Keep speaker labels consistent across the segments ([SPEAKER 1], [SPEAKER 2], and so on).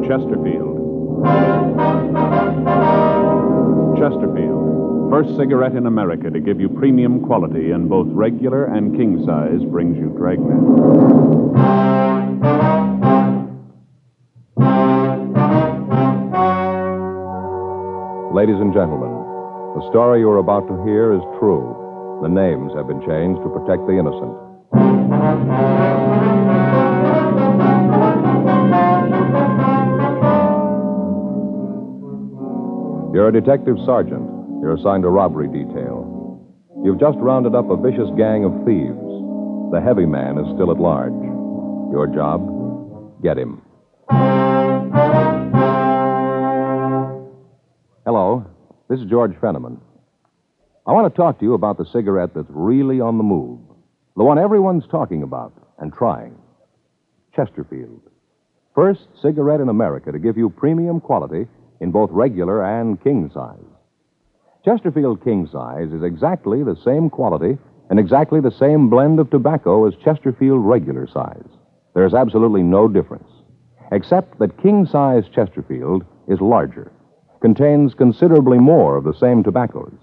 [SPEAKER 1] Chesterfield. Chesterfield, first cigarette in America to give you premium quality in both regular and king size, brings you Dragnet.
[SPEAKER 2] Ladies and gentlemen, the story you are about to hear is true. The names have been changed to protect the innocent. You're a detective sergeant. You're assigned a robbery detail. You've just rounded up a vicious gang of thieves. The heavy man is still at large. Your job? Get him. Hello. This is George Fenneman. I want to talk to you about the cigarette that's really on the move, the one everyone's talking about and trying Chesterfield. First cigarette in America to give you premium quality in both regular and king size. Chesterfield King Size is exactly the same quality and exactly the same blend of tobacco as Chesterfield Regular Size. There is absolutely no difference, except that King Size Chesterfield is larger, contains considerably more of the same tobaccos.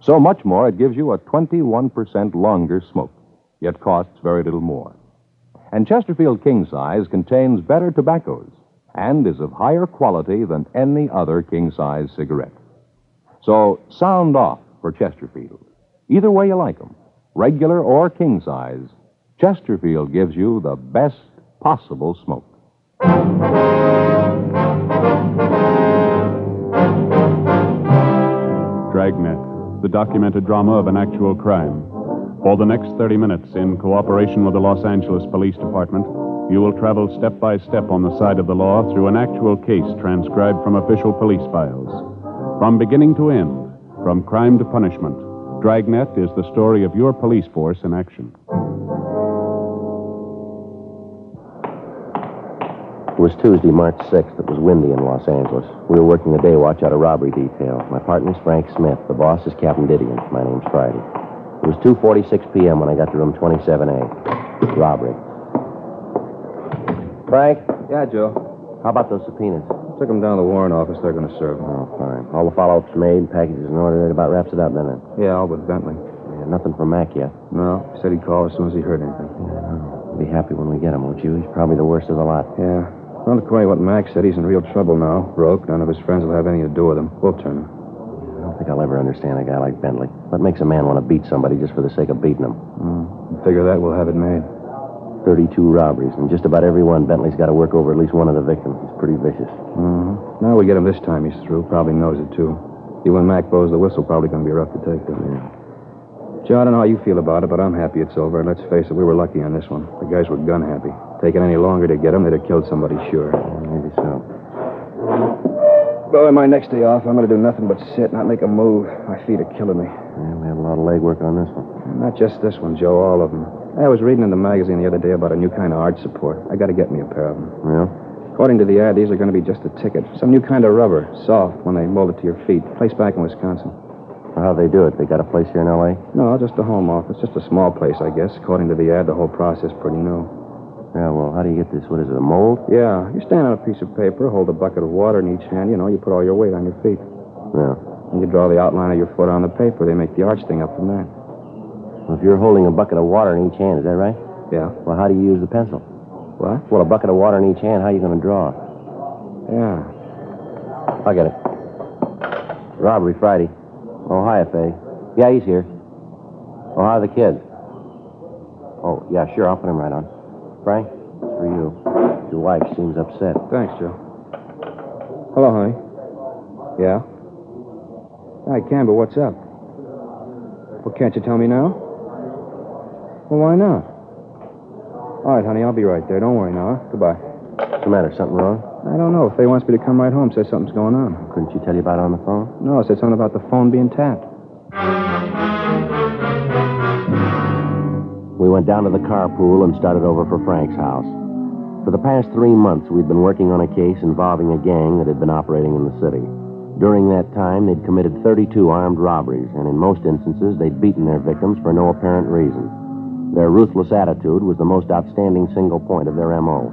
[SPEAKER 2] So much more, it gives you a 21% longer smoke, yet costs very little more. And Chesterfield King Size contains better tobaccos and is of higher quality than any other king size cigarette. So sound off for Chesterfield. Either way you like 'em, regular or king size, Chesterfield gives you the best possible smoke.
[SPEAKER 1] Dragnet, the documented drama of an actual crime. For the next 30 minutes, in cooperation with the Los Angeles Police Department, you will travel step by step on the side of the law through an actual case transcribed from official police files. From beginning to end, from crime to punishment, Dragnet is the story of your police force in action.
[SPEAKER 3] It was Tuesday, March 6th. It was windy in Los Angeles. We were working the day watch out of robbery detail. My partner's Frank Smith. The boss is Captain Didion. My name's Friday. It was 2.46 p.m. when I got to room 27A. Robbery. Frank,
[SPEAKER 4] Yeah, Joe.
[SPEAKER 3] how about those subpoenas?
[SPEAKER 4] Took him down to the warrant office. They're going to serve him.
[SPEAKER 3] Oh, fine. All the follow-ups made, packages in order. That about wraps it up, doesn't it?
[SPEAKER 4] Yeah, Albert Bentley.
[SPEAKER 3] Yeah, nothing from Mac yet.
[SPEAKER 4] No, he said he'd call as soon as he heard anything.
[SPEAKER 3] I'll be happy when we get him, won't you? He's probably the worst of the lot.
[SPEAKER 4] Yeah. Well, according to what Max said, he's in real trouble now. Broke. None of his friends will have anything to do with him. We'll turn him.
[SPEAKER 3] I don't think I'll ever understand a guy like Bentley. What makes a man want to beat somebody just for the sake of beating him?
[SPEAKER 4] Figure that we'll have it made.
[SPEAKER 3] 32 robberies, and just about every one, Bentley's got to work over at least one of the victims. He's pretty vicious.
[SPEAKER 4] Mm-hmm. Now we get him this time. He's through. Probably knows it too. You and Mac blows the whistle. Probably going to be a rough detective. Yeah. Joe, I don't know how you feel about it, but I'm happy it's over. Let's face it, we were lucky on this one. The guys were gun happy. Taking any longer to get him, they'd have killed somebody sure.
[SPEAKER 3] Maybe so.
[SPEAKER 4] Boy, my next day off, I'm going to do nothing but sit, not make a move. My feet are killing me.
[SPEAKER 3] Yeah, we have a lot of legwork on this one.
[SPEAKER 4] Not just this one, Joe, all of them. I was reading in the magazine the other day about a new kind of art support. I got to get me a pair of them.
[SPEAKER 3] Yeah?
[SPEAKER 4] According to the ad, these are going to be just a ticket. Some new kind of rubber, soft when they mold it to your feet. Place back in Wisconsin.
[SPEAKER 3] Well, how they do it? They got a place here in L.A.?
[SPEAKER 4] No, just the home office, just a small place, I guess. According to the ad, the whole process pretty new.
[SPEAKER 3] Yeah, well, how do you get this? What is it, a mold?
[SPEAKER 4] Yeah, you stand on a piece of paper, hold a bucket of water in each hand. You know, you put all your weight on your feet.
[SPEAKER 3] Yeah.
[SPEAKER 4] And you draw the outline of your foot on the paper. They make the arch thing up from there.
[SPEAKER 3] Well, if you're holding a bucket of water in each hand, is that right?
[SPEAKER 4] Yeah.
[SPEAKER 3] Well, how do you use the pencil?
[SPEAKER 4] What?
[SPEAKER 3] Well, a bucket of water in each hand, how are you going to draw?
[SPEAKER 4] Yeah.
[SPEAKER 3] I get it. Robbery Friday. Oh, hi, Faye. Yeah, he's here. Oh, how are the kids? Oh, yeah, sure. I'll put him right on. Frank, it's for you. Your wife seems upset.
[SPEAKER 4] Thanks, Joe. Hello, honey. Yeah? I can, but what's up? Well, can't you tell me now? Well, why not? All right, honey, I'll be right there. Don't worry now. huh? Goodbye.
[SPEAKER 3] What's the matter? Something wrong?
[SPEAKER 4] I don't know. Faye wants me to come right home, says something's going on.
[SPEAKER 3] Couldn't she tell you about it on the phone?
[SPEAKER 4] No, said something about the phone being tapped.
[SPEAKER 3] We went down to the carpool and started over for Frank's house. For the past three months, we'd been working on a case involving a gang that had been operating in the city. During that time, they'd committed 32 armed robberies, and in most instances, they'd beaten their victims for no apparent reason. Their ruthless attitude was the most outstanding single point of their M.O.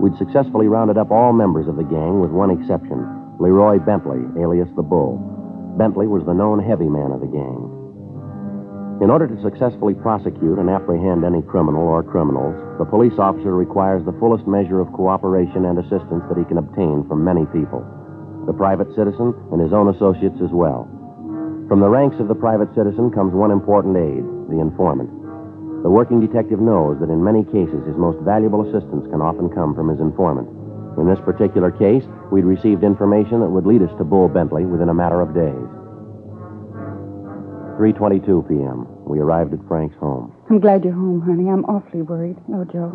[SPEAKER 3] we'd successfully rounded up all members of the gang with one exception Leroy Bentley, alias the Bull. Bentley was the known heavy man of the gang. In order to successfully prosecute and apprehend any criminal or criminals, the police officer requires the fullest measure of cooperation and assistance that he can obtain from many people the private citizen and his own associates as well. From the ranks of the private citizen comes one important aid the informant. The working detective knows that in many cases his most valuable assistance can often come from his informant. In this particular case, we'd received information that would lead us to Bull Bentley within a matter of days. 3:22 p.m. We arrived at Frank's home.
[SPEAKER 5] I'm glad you're home, honey. I'm awfully worried. No joke.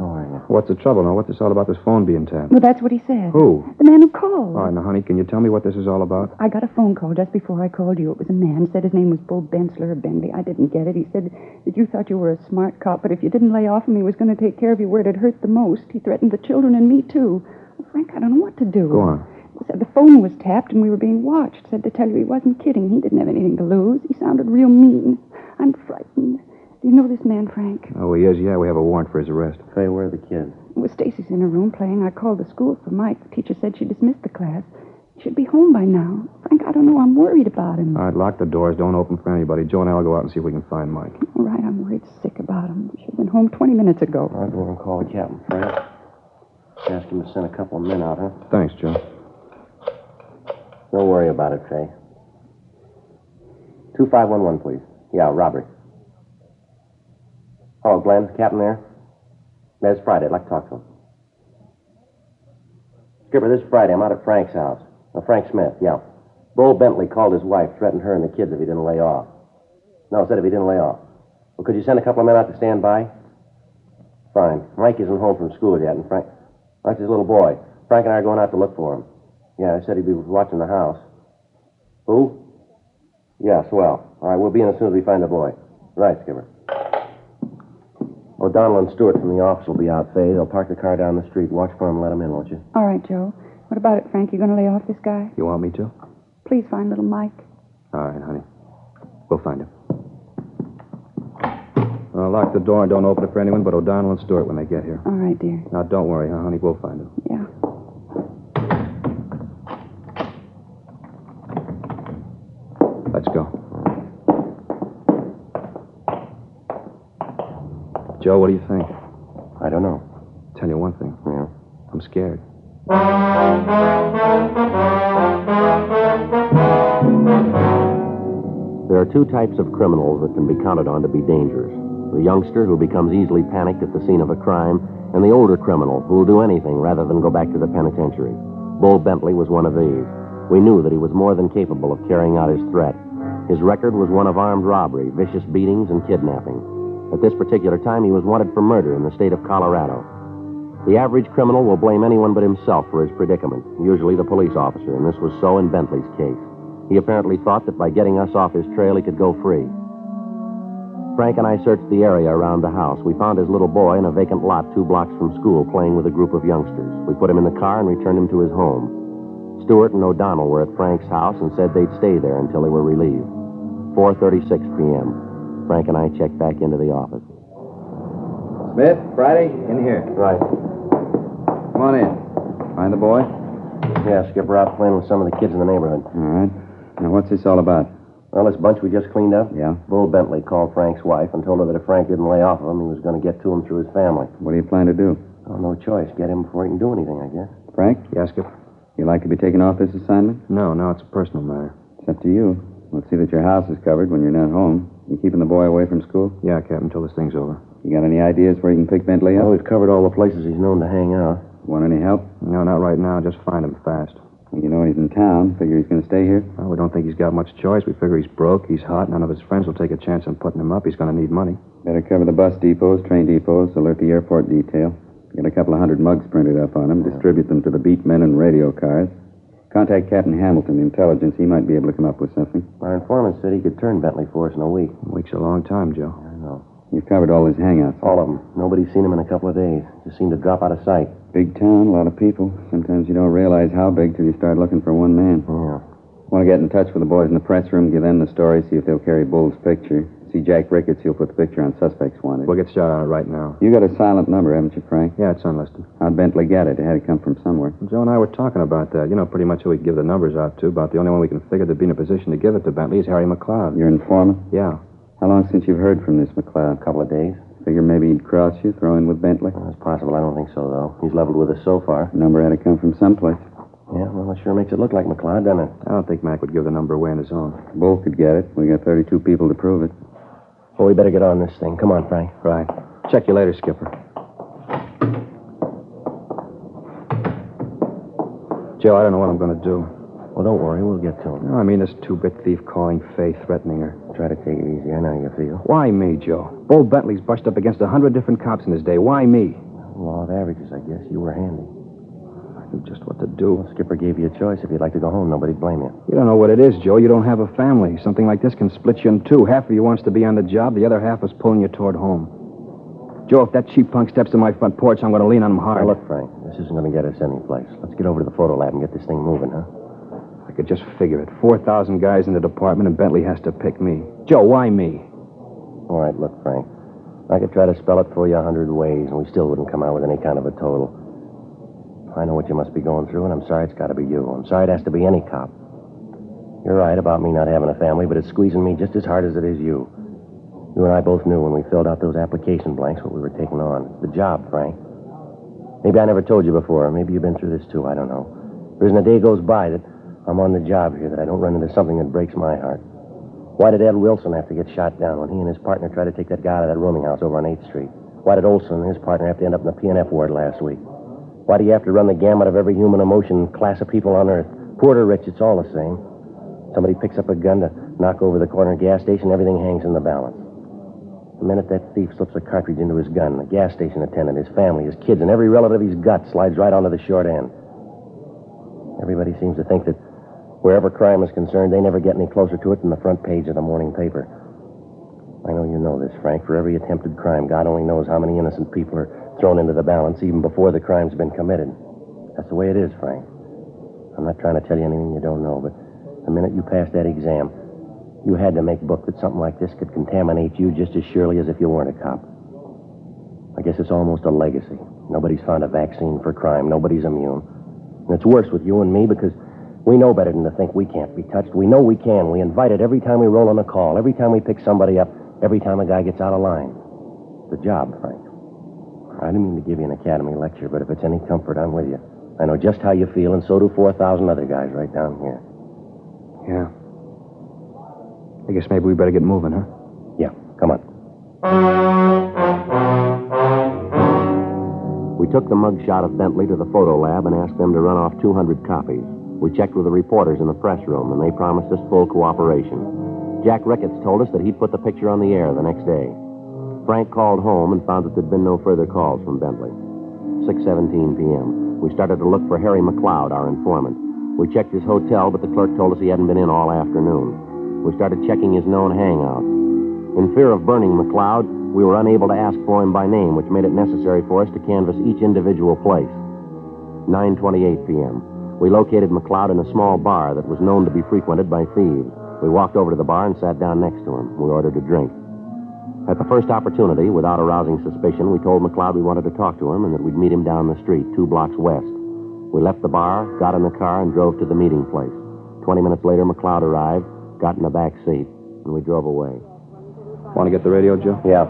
[SPEAKER 6] What's the trouble now? What's this all about this phone being tapped?
[SPEAKER 5] Well, that's what he said.
[SPEAKER 6] Who?
[SPEAKER 5] The man who called.
[SPEAKER 6] All right, now, honey, can you tell me what this is all about?
[SPEAKER 5] I got a phone call just before I called you. It was a man. Said his name was Bull Bensler or Bendy. I didn't get it. He said that you thought you were a smart cop, but if you didn't lay off him, he was going to take care of you where it hurt the most. He threatened the children and me, too. Well, Frank, I don't know what to do.
[SPEAKER 6] Go on.
[SPEAKER 5] Said the phone was tapped and we were being watched. Said to tell you he wasn't kidding. He didn't have anything to lose. He sounded real mean. I'm frightened. Do you know this man, Frank?
[SPEAKER 6] Oh, he is. Yeah, we have a warrant for his arrest.
[SPEAKER 3] Say, where are the kids?
[SPEAKER 5] Well, Stacy's in her room playing. I called the school for Mike. The teacher said she dismissed the class. He should be home by now. Frank, I don't know. I'm worried about him.
[SPEAKER 6] All right, lock the doors. Don't open for anybody. Joe and I will go out and see if we can find Mike.
[SPEAKER 5] All right, I'm worried sick about him. He should have been home 20 minutes ago.
[SPEAKER 3] I'll go and call the captain, Frank. Ask him to send a couple of men out, huh?
[SPEAKER 6] Thanks, Joe.
[SPEAKER 3] Don't worry about it, Fay. 2511, please. Yeah, robbery. Hello, Glenn. Captain there? There's Friday. I'd like to talk to him. Skipper, this Friday, I'm out at Frank's house. Uh, Frank Smith, yeah. Bull Bentley called his wife, threatened her and the kids if he didn't lay off. No, said if he didn't lay off. Well, could you send a couple of men out to stand by? Fine. Mike isn't home from school yet, and Frank. That's his little boy. Frank and I are going out to look for him. Yeah, I said he'd be watching the house. Who? Yeah, swell. All right, we'll be in as soon as we find the boy. Right, Skipper. O'Donnell and Stewart from the office will be out, Fay. They'll park the car down the street. Watch for him let him in, won't you?
[SPEAKER 5] All right, Joe. What about it, Frank? You going to lay off this guy?
[SPEAKER 6] You want me to?
[SPEAKER 5] Please find little Mike.
[SPEAKER 6] All right, honey. We'll find him. Uh, lock the door and don't open it for anyone but O'Donnell and Stewart when they get here.
[SPEAKER 5] All right, dear.
[SPEAKER 6] Now, don't worry, huh, honey? We'll find him.
[SPEAKER 5] Yeah.
[SPEAKER 6] Let's go. Joe, what do you think?
[SPEAKER 3] I don't know.
[SPEAKER 6] Tell you one thing.
[SPEAKER 3] Yeah.
[SPEAKER 6] I'm scared.
[SPEAKER 3] There are two types of criminals that can be counted on to be dangerous the youngster who becomes easily panicked at the scene of a crime, and the older criminal who will do anything rather than go back to the penitentiary. Bull Bentley was one of these. We knew that he was more than capable of carrying out his threat. His record was one of armed robbery, vicious beatings, and kidnapping. At this particular time, he was wanted for murder in the state of Colorado. The average criminal will blame anyone but himself for his predicament, usually the police officer, and this was so in Bentley's case. He apparently thought that by getting us off his trail, he could go free. Frank and I searched the area around the house. We found his little boy in a vacant lot two blocks from school playing with a group of youngsters. We put him in the car and returned him to his home. Stewart and O'Donnell were at Frank's house and said they'd stay there until they were relieved. 4:36 p.m. Frank and I checked back into the office.
[SPEAKER 6] Smith, Friday, in here.
[SPEAKER 3] Right.
[SPEAKER 6] Come on in. Find the boy?
[SPEAKER 3] Yeah, Skipper out playing with some of the kids in the neighborhood.
[SPEAKER 6] All right. Now, what's this all about?
[SPEAKER 3] Well, this bunch we just cleaned up.
[SPEAKER 6] Yeah.
[SPEAKER 3] Bull Bentley called Frank's wife and told her that if Frank didn't lay off of him, he was going to get to him through his family.
[SPEAKER 6] What do you plan to do?
[SPEAKER 3] Oh, no choice. Get him before he can do anything, I guess.
[SPEAKER 7] Frank,
[SPEAKER 6] Yes, Skipper.
[SPEAKER 7] you like to be taken off this assignment?
[SPEAKER 6] No, no, it's a personal matter.
[SPEAKER 7] It's up to you. We'll see that your house is covered when you're not home. You keeping the boy away from school?
[SPEAKER 6] Yeah, Captain, till this thing's over.
[SPEAKER 7] You got any ideas where you can pick Bentley
[SPEAKER 3] Well,
[SPEAKER 7] up?
[SPEAKER 3] we've covered all the places he's known to hang out.
[SPEAKER 7] Want any help?
[SPEAKER 6] No, not right now. Just find him fast.
[SPEAKER 7] You know he's in town. Figure he's going to stay here?
[SPEAKER 6] Well, we don't think he's got much choice. We figure he's broke, he's hot, none of his friends will take a chance on putting him up. He's going to need money.
[SPEAKER 7] Better cover the bus depots, train depots, alert the airport detail. Get a couple of hundred mugs printed up on him, distribute them to the beat men and radio cars. Contact Captain Hamilton, the intelligence. He might be able to come up with something.
[SPEAKER 3] Our informant said he could turn Bentley for us in a week.
[SPEAKER 6] A week's a long time, Joe.
[SPEAKER 3] I know.
[SPEAKER 7] You've covered all his hangouts.
[SPEAKER 3] All of them. Nobody's seen him in a couple of days. Just seemed to drop out of sight.
[SPEAKER 7] Big town, a lot of people. Sometimes you don't realize how big till you start looking for one man.
[SPEAKER 3] Yeah.
[SPEAKER 7] Want to get in touch with the boys in the press room, give them the story, see if they'll carry Bull's picture.
[SPEAKER 2] See Jack Ricketts. He'll put the picture on Suspects Wanted.
[SPEAKER 6] We'll get shot on it right now.
[SPEAKER 2] You got a silent number, haven't you, Frank?
[SPEAKER 6] Yeah, it's unlisted.
[SPEAKER 2] How'd Bentley get it? It had to come from somewhere.
[SPEAKER 6] Joe and I were talking about that. You know pretty much who we give the numbers out to. About the only one we can figure to be in a position to give it to Bentley is Harry McLeod.
[SPEAKER 2] Your informant?
[SPEAKER 6] Yeah.
[SPEAKER 2] How long since you've heard from this McLeod? A couple of days. Figure maybe he'd cross you, throw in with Bentley?
[SPEAKER 3] Well, it's possible. I don't think so, though. He's leveled with us so far.
[SPEAKER 2] Number had to come from someplace.
[SPEAKER 3] Yeah, well, it sure makes it look like McLeod, doesn't it?
[SPEAKER 6] I don't think Mac would give the number away on his own.
[SPEAKER 2] Bull could get it. We got 32 people to prove it.
[SPEAKER 3] Well, we better get on this thing. Come on, Frank.
[SPEAKER 6] Right. Check you later, Skipper. Joe, I don't know what I'm going to do.
[SPEAKER 3] Well, don't worry. We'll get to him.
[SPEAKER 6] No, I mean this two-bit thief calling Faye, threatening her.
[SPEAKER 3] Try to take it easy. I know how you feel.
[SPEAKER 6] Why me, Joe? Bull Bentley's brushed up against a hundred different cops in his day. Why me?
[SPEAKER 3] Law of averages, I guess. You were handy.
[SPEAKER 6] I knew just what to do.
[SPEAKER 3] Skipper gave you a choice. If you'd like to go home, nobody'd blame you.
[SPEAKER 6] You don't know what it is, Joe. You don't have a family. Something like this can split you in two. Half of you wants to be on the job. The other half is pulling you toward home. Joe, if that cheap punk steps to my front porch, I'm going to lean on him hard.
[SPEAKER 3] Now, look, Frank, this isn't going to get us anyplace. Let's get over to the photo lab and get this thing moving, huh?
[SPEAKER 6] I could just figure it. 4,000 guys in the department, and Bentley has to pick me. Joe, why me?
[SPEAKER 3] All right, look, Frank. I could try to spell it for you a hundred ways, and we still wouldn't come out with any kind of a total. I know what you must be going through, and I'm sorry it's got to be you. I'm sorry it has to be any cop. You're right about me not having a family, but it's squeezing me just as hard as it is you. You and I both knew when we filled out those application blanks what we were taking on. It's the job, Frank. Maybe I never told you before. Maybe you've been through this too. I don't know. There isn't a day goes by that I'm on the job here that I don't run into something that breaks my heart. Why did Ed Wilson have to get shot down when he and his partner tried to take that guy out of that rooming house over on 8th Street? Why did Olson and his partner have to end up in the PNF ward last week? Why do you have to run the gamut of every human emotion and class of people on earth? Porter rich, it's all the same. Somebody picks up a gun to knock over the corner gas station, everything hangs in the balance. The minute that thief slips a cartridge into his gun, the gas station attendant, his family, his kids, and every relative he's got slides right onto the short end. Everybody seems to think that wherever crime is concerned, they never get any closer to it than the front page of the morning paper. I know you know this, Frank. For every attempted crime, God only knows how many innocent people are thrown into the balance even before the crime's been committed. That's the way it is, Frank. I'm not trying to tell you anything you don't know, but the minute you passed that exam, you had to make book that something like this could contaminate you just as surely as if you weren't a cop. I guess it's almost a legacy. Nobody's found a vaccine for crime. Nobody's immune. And it's worse with you and me because we know better than to think we can't be touched. We know we can. We invite it every time we roll on a call, every time we pick somebody up, every time a guy gets out of line. It's a job, Frank. I didn't mean to give you an academy lecture, but if it's any comfort, I'm with you. I know just how you feel, and so do 4,000 other guys right down here.
[SPEAKER 6] Yeah. I guess maybe we better get moving, huh?
[SPEAKER 3] Yeah, come on. We took the mugshot of Bentley to the photo lab and asked them to run off 200 copies. We checked with the reporters in the press room, and they promised us full cooperation. Jack Ricketts told us that he'd put the picture on the air the next day. Frank called home and found that there'd been no further calls from Bentley. 6:17 p.m. We started to look for Harry McLeod, our informant. We checked his hotel, but the clerk told us he hadn't been in all afternoon. We started checking his known hangouts. In fear of burning McLeod, we were unable to ask for him by name, which made it necessary for us to canvass each individual place. 9:28 p.m. We located McLeod in a small bar that was known to be frequented by thieves. We walked over to the bar and sat down next to him. We ordered a drink. At the first opportunity, without arousing suspicion, we told McLeod we wanted to talk to him and that we'd meet him down the street, two blocks west. We left the bar, got in the car, and drove to the meeting place. Twenty minutes later, McLeod arrived, got in the back seat, and we drove away.
[SPEAKER 6] Want to get the radio, Joe?
[SPEAKER 3] Yeah.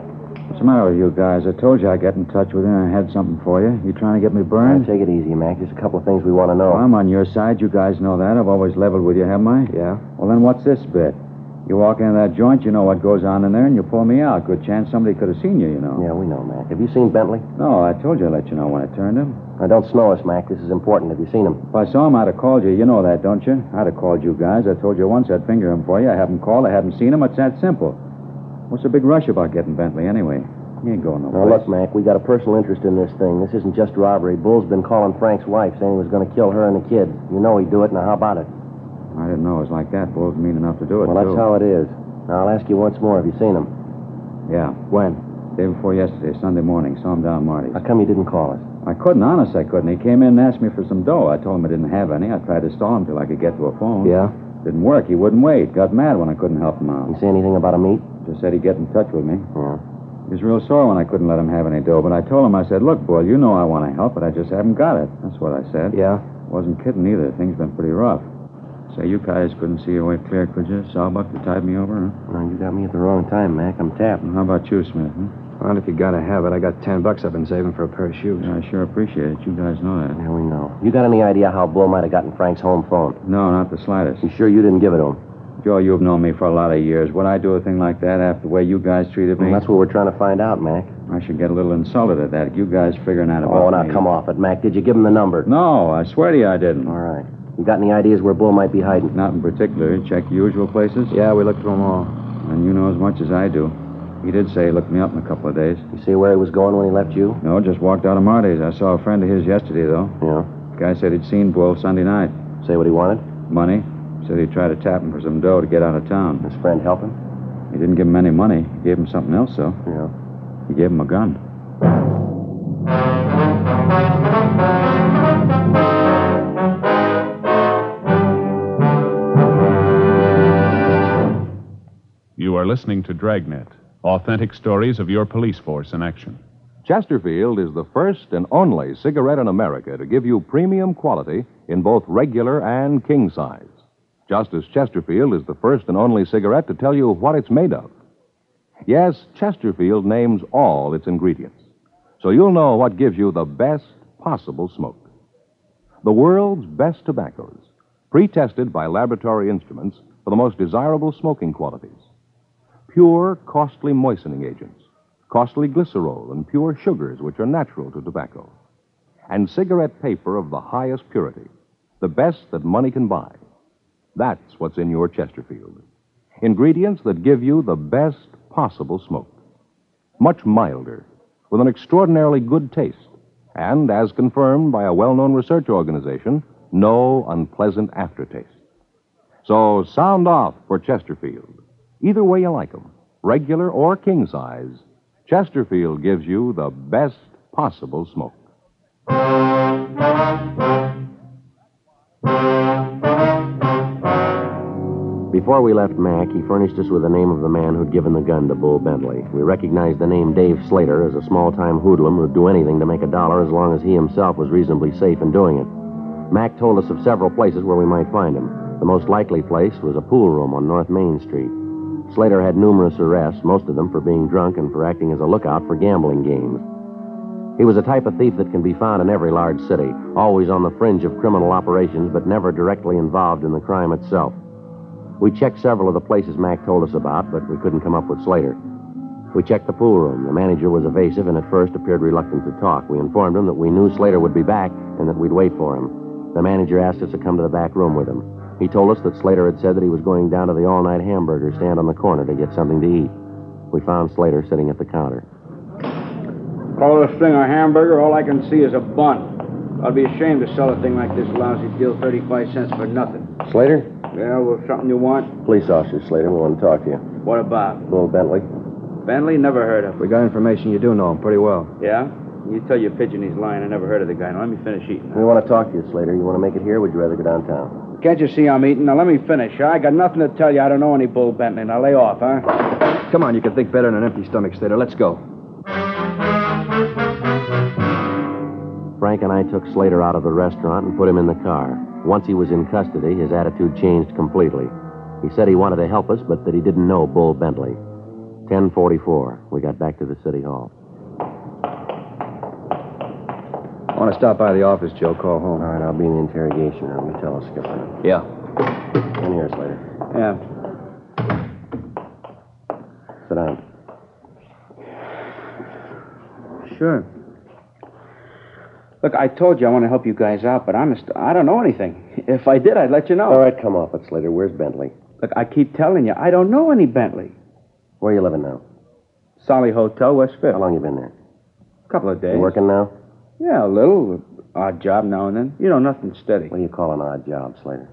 [SPEAKER 2] What's the matter with you guys? I told you I'd get in touch with you and I had something for you. You trying to get me
[SPEAKER 6] Hmm.
[SPEAKER 2] burned?
[SPEAKER 3] take it easy, Mac. Just a couple of things we want to know.
[SPEAKER 2] Well, I'm on your side. You guys know that. I've always leveled with you, haven't I?
[SPEAKER 6] Yeah.
[SPEAKER 2] Well, then what's this bit? You walk into that joint, you know what goes on in there, and you pull me out. Good chance somebody could have seen you, you know.
[SPEAKER 3] Yeah, we know, Mac. Have you seen Bentley?
[SPEAKER 2] No, I told you I'd let you know when I turned him.
[SPEAKER 3] Now, don't snow us, Mac. This is important. Have you seen him?
[SPEAKER 2] If I saw him, I'd have called you. You know that, don't you? I'd have called you guys. I told you once I'd finger him for you. I haven't called. I haven't seen him. It's that simple. What's the big rush about getting Bentley anyway? He ain't going
[SPEAKER 3] Now,
[SPEAKER 2] nowhere.
[SPEAKER 3] look, Mac, we got a personal interest in this thing. This isn't just robbery. Bull's been calling Frank's wife, saying he was going to kill her and the kid. You know he'd do it. Now, how about it?
[SPEAKER 2] I didn't know it was like that. Bull's mean enough to do it,
[SPEAKER 3] Well, that's
[SPEAKER 2] too.
[SPEAKER 3] how it is. Now, I'll ask you once more. Have you seen him?
[SPEAKER 2] Yeah.
[SPEAKER 6] When?
[SPEAKER 2] Day before yesterday, Sunday morning, saw him down Marty's.
[SPEAKER 3] How come you didn't call us?
[SPEAKER 2] I couldn't, honest, I couldn't. He came in and asked me for some dough. I told him I didn't have any. I tried to stall him till I could get to a phone.
[SPEAKER 6] Yeah.
[SPEAKER 2] Didn't work. He wouldn't wait. Got mad when I couldn't help him out.
[SPEAKER 3] You say anything about a meet?
[SPEAKER 7] Just said he'd get in touch with me.
[SPEAKER 3] Yeah.
[SPEAKER 7] He was real sore when I couldn't let him have any dough, but I told him, I said, look, boy, you know I want to help, but I just haven't got it. That's what I said.
[SPEAKER 6] Yeah?
[SPEAKER 7] Wasn't kidding either. Things been pretty rough. Say, you guys couldn't see your way clear, could you? Sawbuck to tide me over, huh?
[SPEAKER 3] Well, you got me at the wrong time, Mac. I'm tapped.
[SPEAKER 7] How about you, Smith? Huh?
[SPEAKER 6] Well, if you gotta have it, I got ten bucks I've been saving for a pair of shoes.
[SPEAKER 7] Yeah, I sure appreciate it. You guys know that.
[SPEAKER 3] There we know. You got any idea how Bull might have gotten Frank's home phone?
[SPEAKER 7] No, not the slightest.
[SPEAKER 3] You sure you didn't give it to him?
[SPEAKER 7] Joe, you've known me for a lot of years. Would I do a thing like that after the way you guys treated me?
[SPEAKER 3] Well, that's what we're trying to find out, Mac.
[SPEAKER 7] I should get a little insulted at that. You guys figuring out about
[SPEAKER 3] Oh, now
[SPEAKER 7] me.
[SPEAKER 3] come off it, Mac. Did you give him the number?
[SPEAKER 2] Mm.
[SPEAKER 7] No, I swear to you I didn't.
[SPEAKER 3] All right. You got any ideas where Bull might be hiding?
[SPEAKER 7] Not in particular. Check usual places?
[SPEAKER 6] Yeah, we looked through them all.
[SPEAKER 7] And you know as much as I do. He did say he looked me up in a couple of days.
[SPEAKER 3] You see where he was going when he left you?
[SPEAKER 7] No, just walked out of Marty's. I saw a friend of his yesterday, though.
[SPEAKER 3] Yeah.
[SPEAKER 7] Guy said he'd seen Bull Sunday night.
[SPEAKER 3] Say what he wanted?
[SPEAKER 7] Money. Said he'd try to tap him for some dough to get out of town.
[SPEAKER 3] His friend help him?
[SPEAKER 7] He didn't give him any money. He gave him something else, though.
[SPEAKER 3] Yeah.
[SPEAKER 7] He gave him a gun.
[SPEAKER 8] You are listening to Dragnet, authentic stories of your police force in action.
[SPEAKER 9] Chesterfield is the first and only cigarette in America to give you premium quality in both regular and king size. Just as Chesterfield is the first and only cigarette to tell you what it's made of. Yes, Chesterfield names all its ingredients, so you'll know what gives you the best possible smoke. The world's best tobaccos, pre tested by laboratory instruments for the most desirable smoking qualities pure, costly moistening agents, costly glycerol and pure sugars which are natural to tobacco, and cigarette paper of the highest purity, the best that money can buy. That's what's in your Chesterfield. Ingredients that give you the best possible smoke. Much milder, with an extraordinarily good taste, and as confirmed by a well known research organization, no unpleasant aftertaste. So sound off for Chesterfield. Either way you like 'em, regular or king size, Chesterfield gives you the best possible smoke.
[SPEAKER 3] Before we left Mac, he furnished us with the name of the man who'd given the gun to Bull Bentley. We recognized the name Dave Slater as a small time hoodlum who'd do anything to make a dollar as long as he himself was reasonably safe in doing it. Mac told us of several places where we might find him. The most likely place was a pool room on North Main Street. Slater had numerous arrests, most of them for being drunk and for acting as a lookout for gambling games. He was a type of thief that can be found in every large city, always on the fringe of criminal operations, but never directly involved in the crime itself. We checked several of the places Mac told us about, but we couldn't come up with Slater. We checked the pool room. The manager was evasive and at first appeared reluctant to talk. We informed him that we knew Slater would be back and that we'd wait for him. The manager asked us to come to the back room with him. He told us that Slater had said that he was going down to the all night hamburger stand on the corner to get something to eat. We found Slater sitting at the counter.
[SPEAKER 2] Call it a thing a hamburger. All I can see is a bun. I'd be ashamed to sell a thing like this lousy deal, 35 cents for nothing.
[SPEAKER 3] Slater?
[SPEAKER 2] Yeah, well, something you want?
[SPEAKER 3] Police officer Slater. We want to talk to you.
[SPEAKER 2] What about?
[SPEAKER 3] Bull Bentley.
[SPEAKER 2] Bentley? Never heard of him.
[SPEAKER 6] We got information you do know him pretty well.
[SPEAKER 2] Yeah? You tell your pigeon he's lying. I never heard of the guy. Now, let me finish eating.
[SPEAKER 3] We want to talk to you, Slater. You want to make it here or would you rather go downtown?
[SPEAKER 2] Can't you see I'm eating? Now, let me finish. huh? I got nothing to tell you. I don't know any Bull Bentley. Now, lay off, huh?
[SPEAKER 6] Come on, you can think better than an empty stomach, Slater. Let's go.
[SPEAKER 3] Frank and I took Slater out of the restaurant and put him in the car. Once he was in custody, his attitude changed completely. He said he wanted to help us, but that he didn't know Bull Bentley. 1044. We got back to the city hall.
[SPEAKER 6] I want to stop by the office, Joe. Call home.
[SPEAKER 3] All right, I'll be in the interrogation room. You tell us, Skipper.
[SPEAKER 6] Yeah.
[SPEAKER 3] In here, Slater.
[SPEAKER 2] Yeah.
[SPEAKER 3] Sit down.
[SPEAKER 2] Sure. Look, I told you I want to help you guys out, but honest, I don't know anything. If I did, I'd let you know.
[SPEAKER 3] All right, come off it, Slater. Where's Bentley?
[SPEAKER 2] Look, I keep telling you, I don't know any Bentley.
[SPEAKER 3] Where you living now?
[SPEAKER 2] Solly Hotel, West Fifth.
[SPEAKER 3] How long you been there?
[SPEAKER 2] A couple of days.
[SPEAKER 3] You working now?
[SPEAKER 2] Yeah, a little. Odd job now and then. You know, nothing steady.
[SPEAKER 3] What do you call an odd job, Slater?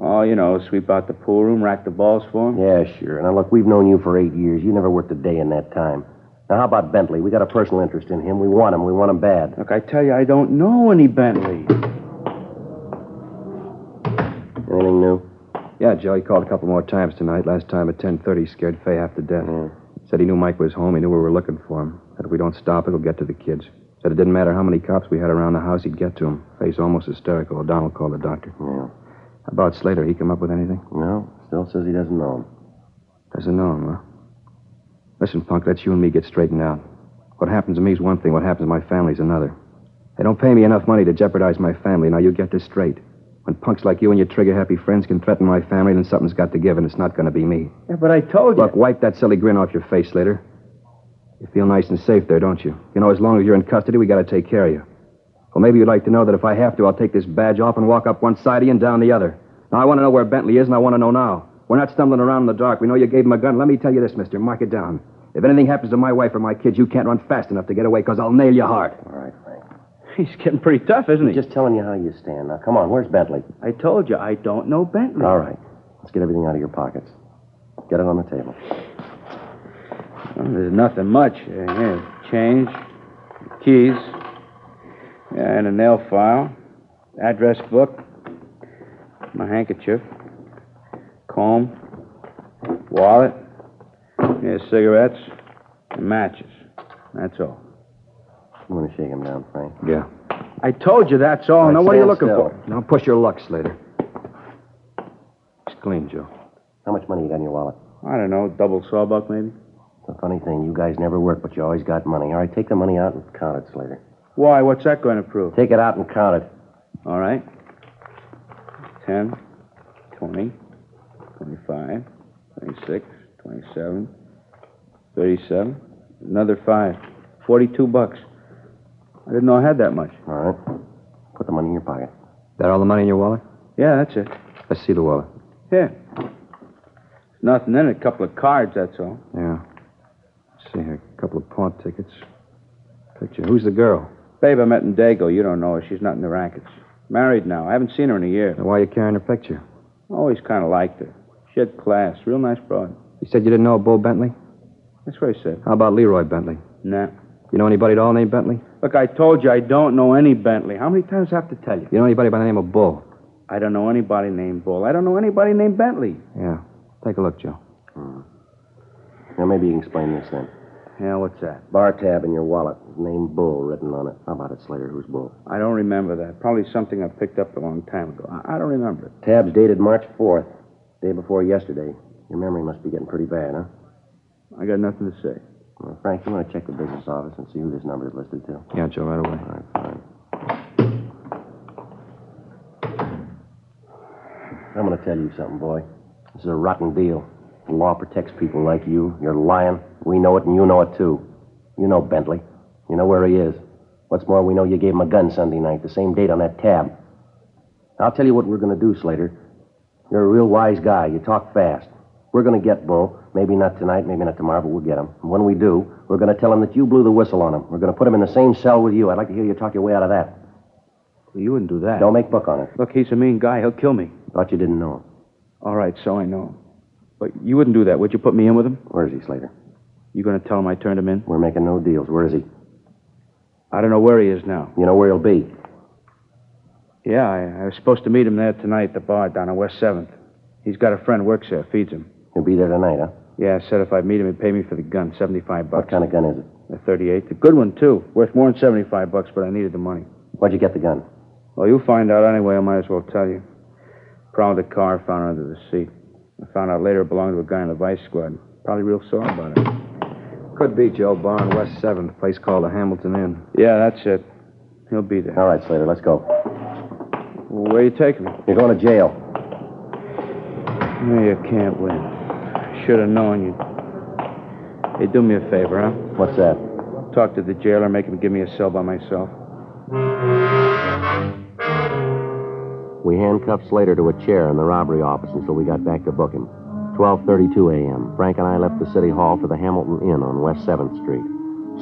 [SPEAKER 2] Oh, you know, sweep out the pool room, rack the balls for him.
[SPEAKER 3] Yeah, sure. Now, look, we've known you for eight years. You never worked a day in that time. Now, how about Bentley? We got a personal interest in him. We want him. We want him bad.
[SPEAKER 2] Look, I tell you, I don't know any Bentley.
[SPEAKER 3] Anything new?
[SPEAKER 6] Yeah, Joe, he called a couple more times tonight. Last time at 10.30, scared Fay half to death.
[SPEAKER 2] Hmm.
[SPEAKER 6] Said he knew Mike was home. He knew we were looking for him. That if we don't stop, it'll get to the kids. Said it didn't matter how many cops we had around the house, he'd get to him. Fay's almost hysterical. O'Donnell called the doctor.
[SPEAKER 2] Hmm.
[SPEAKER 3] Yeah.
[SPEAKER 6] About Slater, he come up with anything?
[SPEAKER 3] No, still says he doesn't know him.
[SPEAKER 6] Doesn't know him, huh? Listen, Punk, let's you and me get straightened out. What happens to me is one thing, what happens to my family's another. They don't pay me enough money to jeopardize my family. Now you get this straight. When punks like you and your trigger happy friends can threaten my family, then something's got to give, and it's not going to be me.
[SPEAKER 2] Yeah, but I told
[SPEAKER 6] Look, wipe that silly grin off your face, Slater. You feel nice and safe there, don't you? You know, as long as you're in custody, we got to take care of you. Well, maybe you'd like to know that if I have to, I'll take this badge off and walk up one side of you and down the other. Now, I want to know where Bentley is, and I want to know now. We're not stumbling around in the dark. We know you gave him a gun. Let me tell you this, mister. Mark it down. If anything happens to my wife or my kids, you can't run fast enough to get away, because I'll nail you hard.
[SPEAKER 3] All right, Frank.
[SPEAKER 2] He's getting pretty tough, isn't he?
[SPEAKER 3] Just telling you how you stand. Now, come on, where's Bentley?
[SPEAKER 2] I told you, I don't know Bentley.
[SPEAKER 3] All right. Let's get everything out of your pockets. Get it on the table.
[SPEAKER 2] Well, there's nothing much. Uh, here, change, keys, yeah, and a nail file, address book, my handkerchief, comb, wallet, yeah, cigarettes, and matches. That's all.
[SPEAKER 3] I'm going to shake him down, Frank.
[SPEAKER 6] Yeah.
[SPEAKER 2] I told you that's all.
[SPEAKER 3] All right,
[SPEAKER 2] now, what are you looking
[SPEAKER 3] stand still.
[SPEAKER 2] for?
[SPEAKER 6] Now push your luck, Slater. It's clean, Joe.
[SPEAKER 3] How much money you got in your wallet?
[SPEAKER 2] I don't know, double sawbuck maybe.
[SPEAKER 3] It's a funny thing. You guys never work, but you always got money. All right, take the money out and count it, Slater.
[SPEAKER 2] Why? What's that going to prove?
[SPEAKER 3] Take it out and count it.
[SPEAKER 2] All right. 10, 20, 25, 26, 27, 37, another 5. 42 bucks. I didn't know I had that much.
[SPEAKER 3] All right. Put the money in your pocket.
[SPEAKER 6] That all the money in your wallet?
[SPEAKER 2] Yeah, that's it.
[SPEAKER 6] Let's see the wallet.
[SPEAKER 2] Here. Nothing in it, a couple of cards, that's all.
[SPEAKER 6] Yeah. Let's see here. A couple of pawn tickets. Picture. Who's the girl?
[SPEAKER 2] Babe, I met in Dago. You don't know her. She's not in the rackets. Married now. I haven't seen her in a year.
[SPEAKER 6] Now, why are you carrying her picture?
[SPEAKER 2] Always kind of liked her. She had class. Real nice broad.
[SPEAKER 6] You said you didn't know Bull Bentley?
[SPEAKER 2] That's what I said.
[SPEAKER 6] How about Leroy Bentley?
[SPEAKER 2] Nah.
[SPEAKER 6] You know anybody at all named Bentley?
[SPEAKER 2] Look, I told you I don't know any Bentley. How many times do I have to tell you?
[SPEAKER 6] You know anybody by the name of Bull?
[SPEAKER 2] I don't know anybody named Bull. I don't know anybody named Bentley.
[SPEAKER 6] Yeah. Take a look, Joe.
[SPEAKER 3] Now, maybe you can explain this then.
[SPEAKER 2] Yeah, what's that?
[SPEAKER 3] Bar tab in your wallet. Name Bull written on it. How about it, Slater? Who's Bull?
[SPEAKER 2] I don't remember that. Probably something I picked up a long time ago. I, I don't remember it.
[SPEAKER 3] Tab's dated March 4th, day before yesterday. Your memory must be getting pretty bad, huh?
[SPEAKER 2] I got nothing to say.
[SPEAKER 3] Well, Frank, you want to check the business office and see who this number is listed to?
[SPEAKER 6] Yeah, Joe, right away.
[SPEAKER 3] All right, fine. I'm going to tell you something, boy. This is a rotten deal. The law protects people like you. You're lying. We know it, and you know it, too. You know Bentley. You know where he is. What's more, we know you gave him a gun Sunday night, the same date on that tab. I'll tell you what we're going to do, Slater. You're a real wise guy. You talk fast. We're going to get Bull. Maybe not tonight, maybe not tomorrow, but we'll get him. And when we do, we're going to tell him that you blew the whistle on him. We're going to put him in the same cell with you. I'd like to hear you talk your way out of that.
[SPEAKER 2] You wouldn't do that.
[SPEAKER 3] Don't make book on it.
[SPEAKER 2] Look, he's a mean guy. He'll kill me.
[SPEAKER 3] Thought you didn't know him.
[SPEAKER 2] All right, so I know. But you wouldn't do that, would you? Put me in with him?
[SPEAKER 3] Where is he, Slater?
[SPEAKER 2] You going to tell him I turned him in?
[SPEAKER 3] We're making no deals. Where is he?
[SPEAKER 2] I don't know where he is now.
[SPEAKER 3] You know where he'll be.
[SPEAKER 2] Yeah, I, I was supposed to meet him there tonight at the bar down on West 7th. He's got a friend works there, feeds him.
[SPEAKER 3] He'll be there tonight, huh?
[SPEAKER 2] Yeah, I said if I meet him, he'd pay me for the gun, 75 bucks.
[SPEAKER 3] What kind of gun is it?
[SPEAKER 2] A 38. A good one, too. Worth more than 75 bucks, but I needed the money.
[SPEAKER 3] Where'd you get the gun?
[SPEAKER 2] Well, you'll find out anyway. I might as well tell you. Prowled the car, found her under the seat. I found out later it belonged to a guy in the vice squad. Probably real sore about it.
[SPEAKER 6] Could be, Joe. Bar on West 7th, place called the Hamilton Inn.
[SPEAKER 2] Yeah, that's it. He'll be there.
[SPEAKER 3] All right, Slater, let's go.
[SPEAKER 2] Where you taking me?
[SPEAKER 3] You're going to jail.
[SPEAKER 2] No, you can't win. Should have known you. Hey, do me a favor, huh?
[SPEAKER 3] What's that?
[SPEAKER 2] Talk to the jailer, make him give me a cell by myself.
[SPEAKER 3] We handcuffed Slater to a chair in the robbery office until we got back to booking. 12:32 a.m. Frank and I left the city hall for the Hamilton Inn on West 7th Street.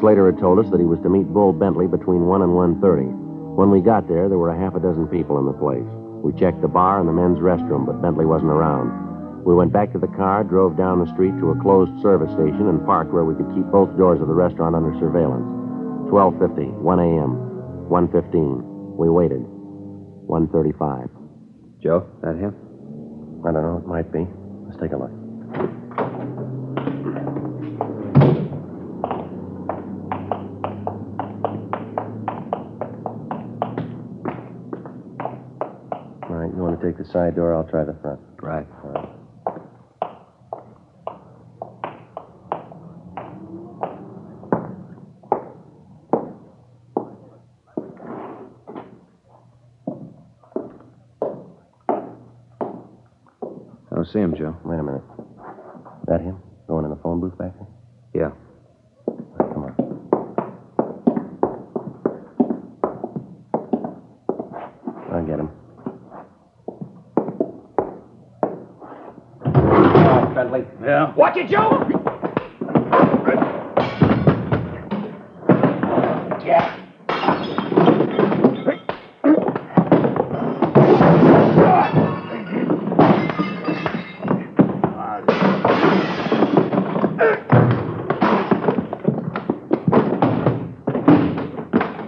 [SPEAKER 3] Slater had told us that he was to meet Bull Bentley between 1 and 1:30. When we got there, there were a half a dozen people in the place. We checked the bar and the men's restroom, but Bentley wasn't around. We went back to the car, drove down the street to a closed service station, and parked where we could keep both doors of the restaurant under surveillance. 12:50, 1 a.m., 1:15. We waited. 1:35.
[SPEAKER 6] Joe, that him?
[SPEAKER 3] I don't know. It might be. Let's take a look. All right. You want to take the side door? I'll try the front.
[SPEAKER 6] Right.
[SPEAKER 3] All right.
[SPEAKER 6] I don't see him, Joe.
[SPEAKER 3] Wait a minute. That him? Going in the phone booth back there?
[SPEAKER 6] Yeah.
[SPEAKER 3] All right, come on. I'll get him.
[SPEAKER 2] Bentley. Yeah? Watch it, Joe!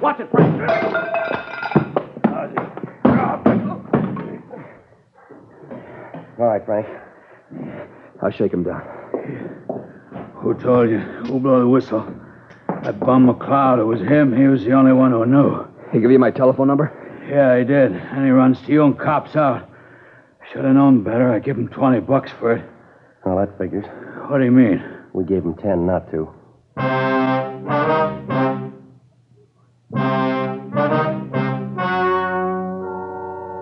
[SPEAKER 2] Watch it, Frank.
[SPEAKER 3] All right, Frank.
[SPEAKER 6] I'll shake him down.
[SPEAKER 2] Who told you? Who blew the whistle? That bum McCloud. It was him. He was the only one who knew.
[SPEAKER 6] He give you my telephone number?
[SPEAKER 2] Yeah, he did. And he runs to you and cops out. Should have known better. I give him 20 bucks for it.
[SPEAKER 3] Well, that figures.
[SPEAKER 2] What do you mean?
[SPEAKER 3] We gave him ten not to.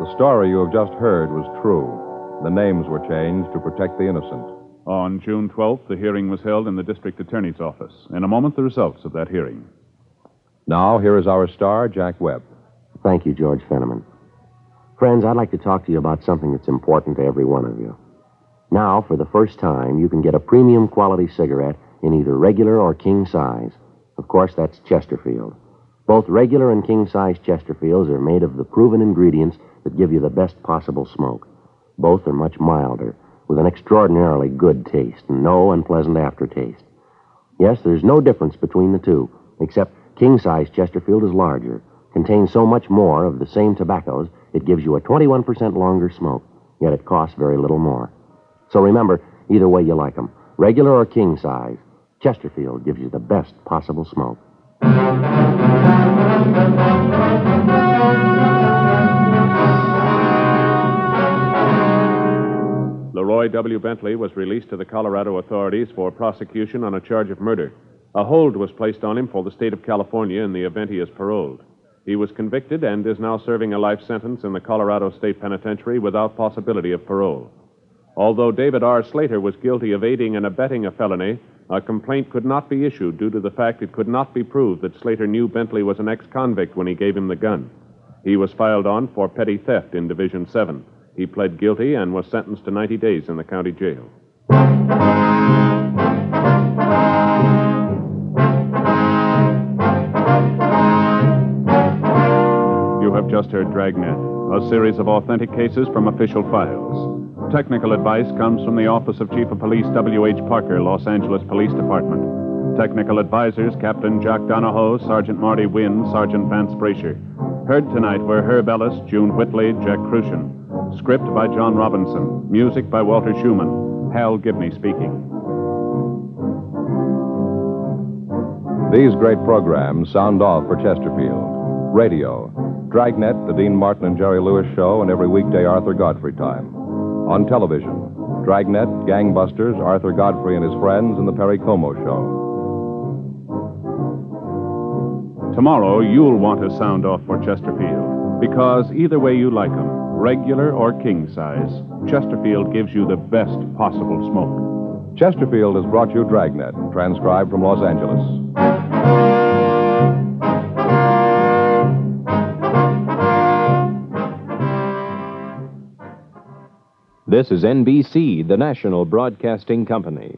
[SPEAKER 9] The story you have just heard was true. The names were changed to protect the innocent.
[SPEAKER 8] On June 12th, the hearing was held in the district attorney's office. In a moment, the results of that hearing.
[SPEAKER 9] Now, here is our star, Jack Webb.
[SPEAKER 3] Thank you, George Fenneman. Friends, I'd like to talk to you about something that's important to every one of you. Now, for the first time, you can get a premium quality cigarette in either regular or king size. Of course, that's Chesterfield. Both regular and king size Chesterfields are made of the proven ingredients that give you the best possible smoke. Both are much milder, with an extraordinarily good taste and no unpleasant aftertaste. Yes, there's no difference between the two, except king size Chesterfield is larger, contains so much more of the same tobaccos, it gives you a 21% longer smoke, yet it costs very little more. So remember, either way you like 'em, regular or king size, Chesterfield gives you the best possible smoke.
[SPEAKER 8] Leroy W. Bentley was released to the Colorado authorities for prosecution on a charge of murder. A hold was placed on him for the state of California in the event he is paroled. He was convicted and is now serving a life sentence in the Colorado State Penitentiary without possibility of parole. Although David R. Slater was guilty of aiding and abetting a felony, a complaint could not be issued due to the fact it could not be proved that Slater knew Bentley was an ex convict when he gave him the gun. He was filed on for petty theft in Division 7. He pled guilty and was sentenced to 90 days in the county jail. You have just heard Dragnet, a series of authentic cases from official files. Technical advice comes from the Office of Chief of Police W.H. Parker, Los Angeles Police Department. Technical advisors Captain Jack Donahoe, Sergeant Marty Wynn, Sergeant Vance Brasher. Heard tonight were Herb Ellis, June Whitley, Jack Crucian. Script by John Robinson. Music by Walter Schumann. Hal Gibney speaking.
[SPEAKER 9] These great programs sound off for Chesterfield. Radio, Dragnet, the Dean Martin and Jerry Lewis Show, and every weekday Arthur Godfrey time. On television, Dragnet, Gangbusters, Arthur Godfrey and his friends, and the Perry Como Show.
[SPEAKER 8] Tomorrow, you'll want to sound off for Chesterfield because either way you like 'em, regular or king size, Chesterfield gives you the best possible smoke.
[SPEAKER 9] Chesterfield has brought you Dragnet, transcribed from Los Angeles.
[SPEAKER 10] This is NBC, the national broadcasting company.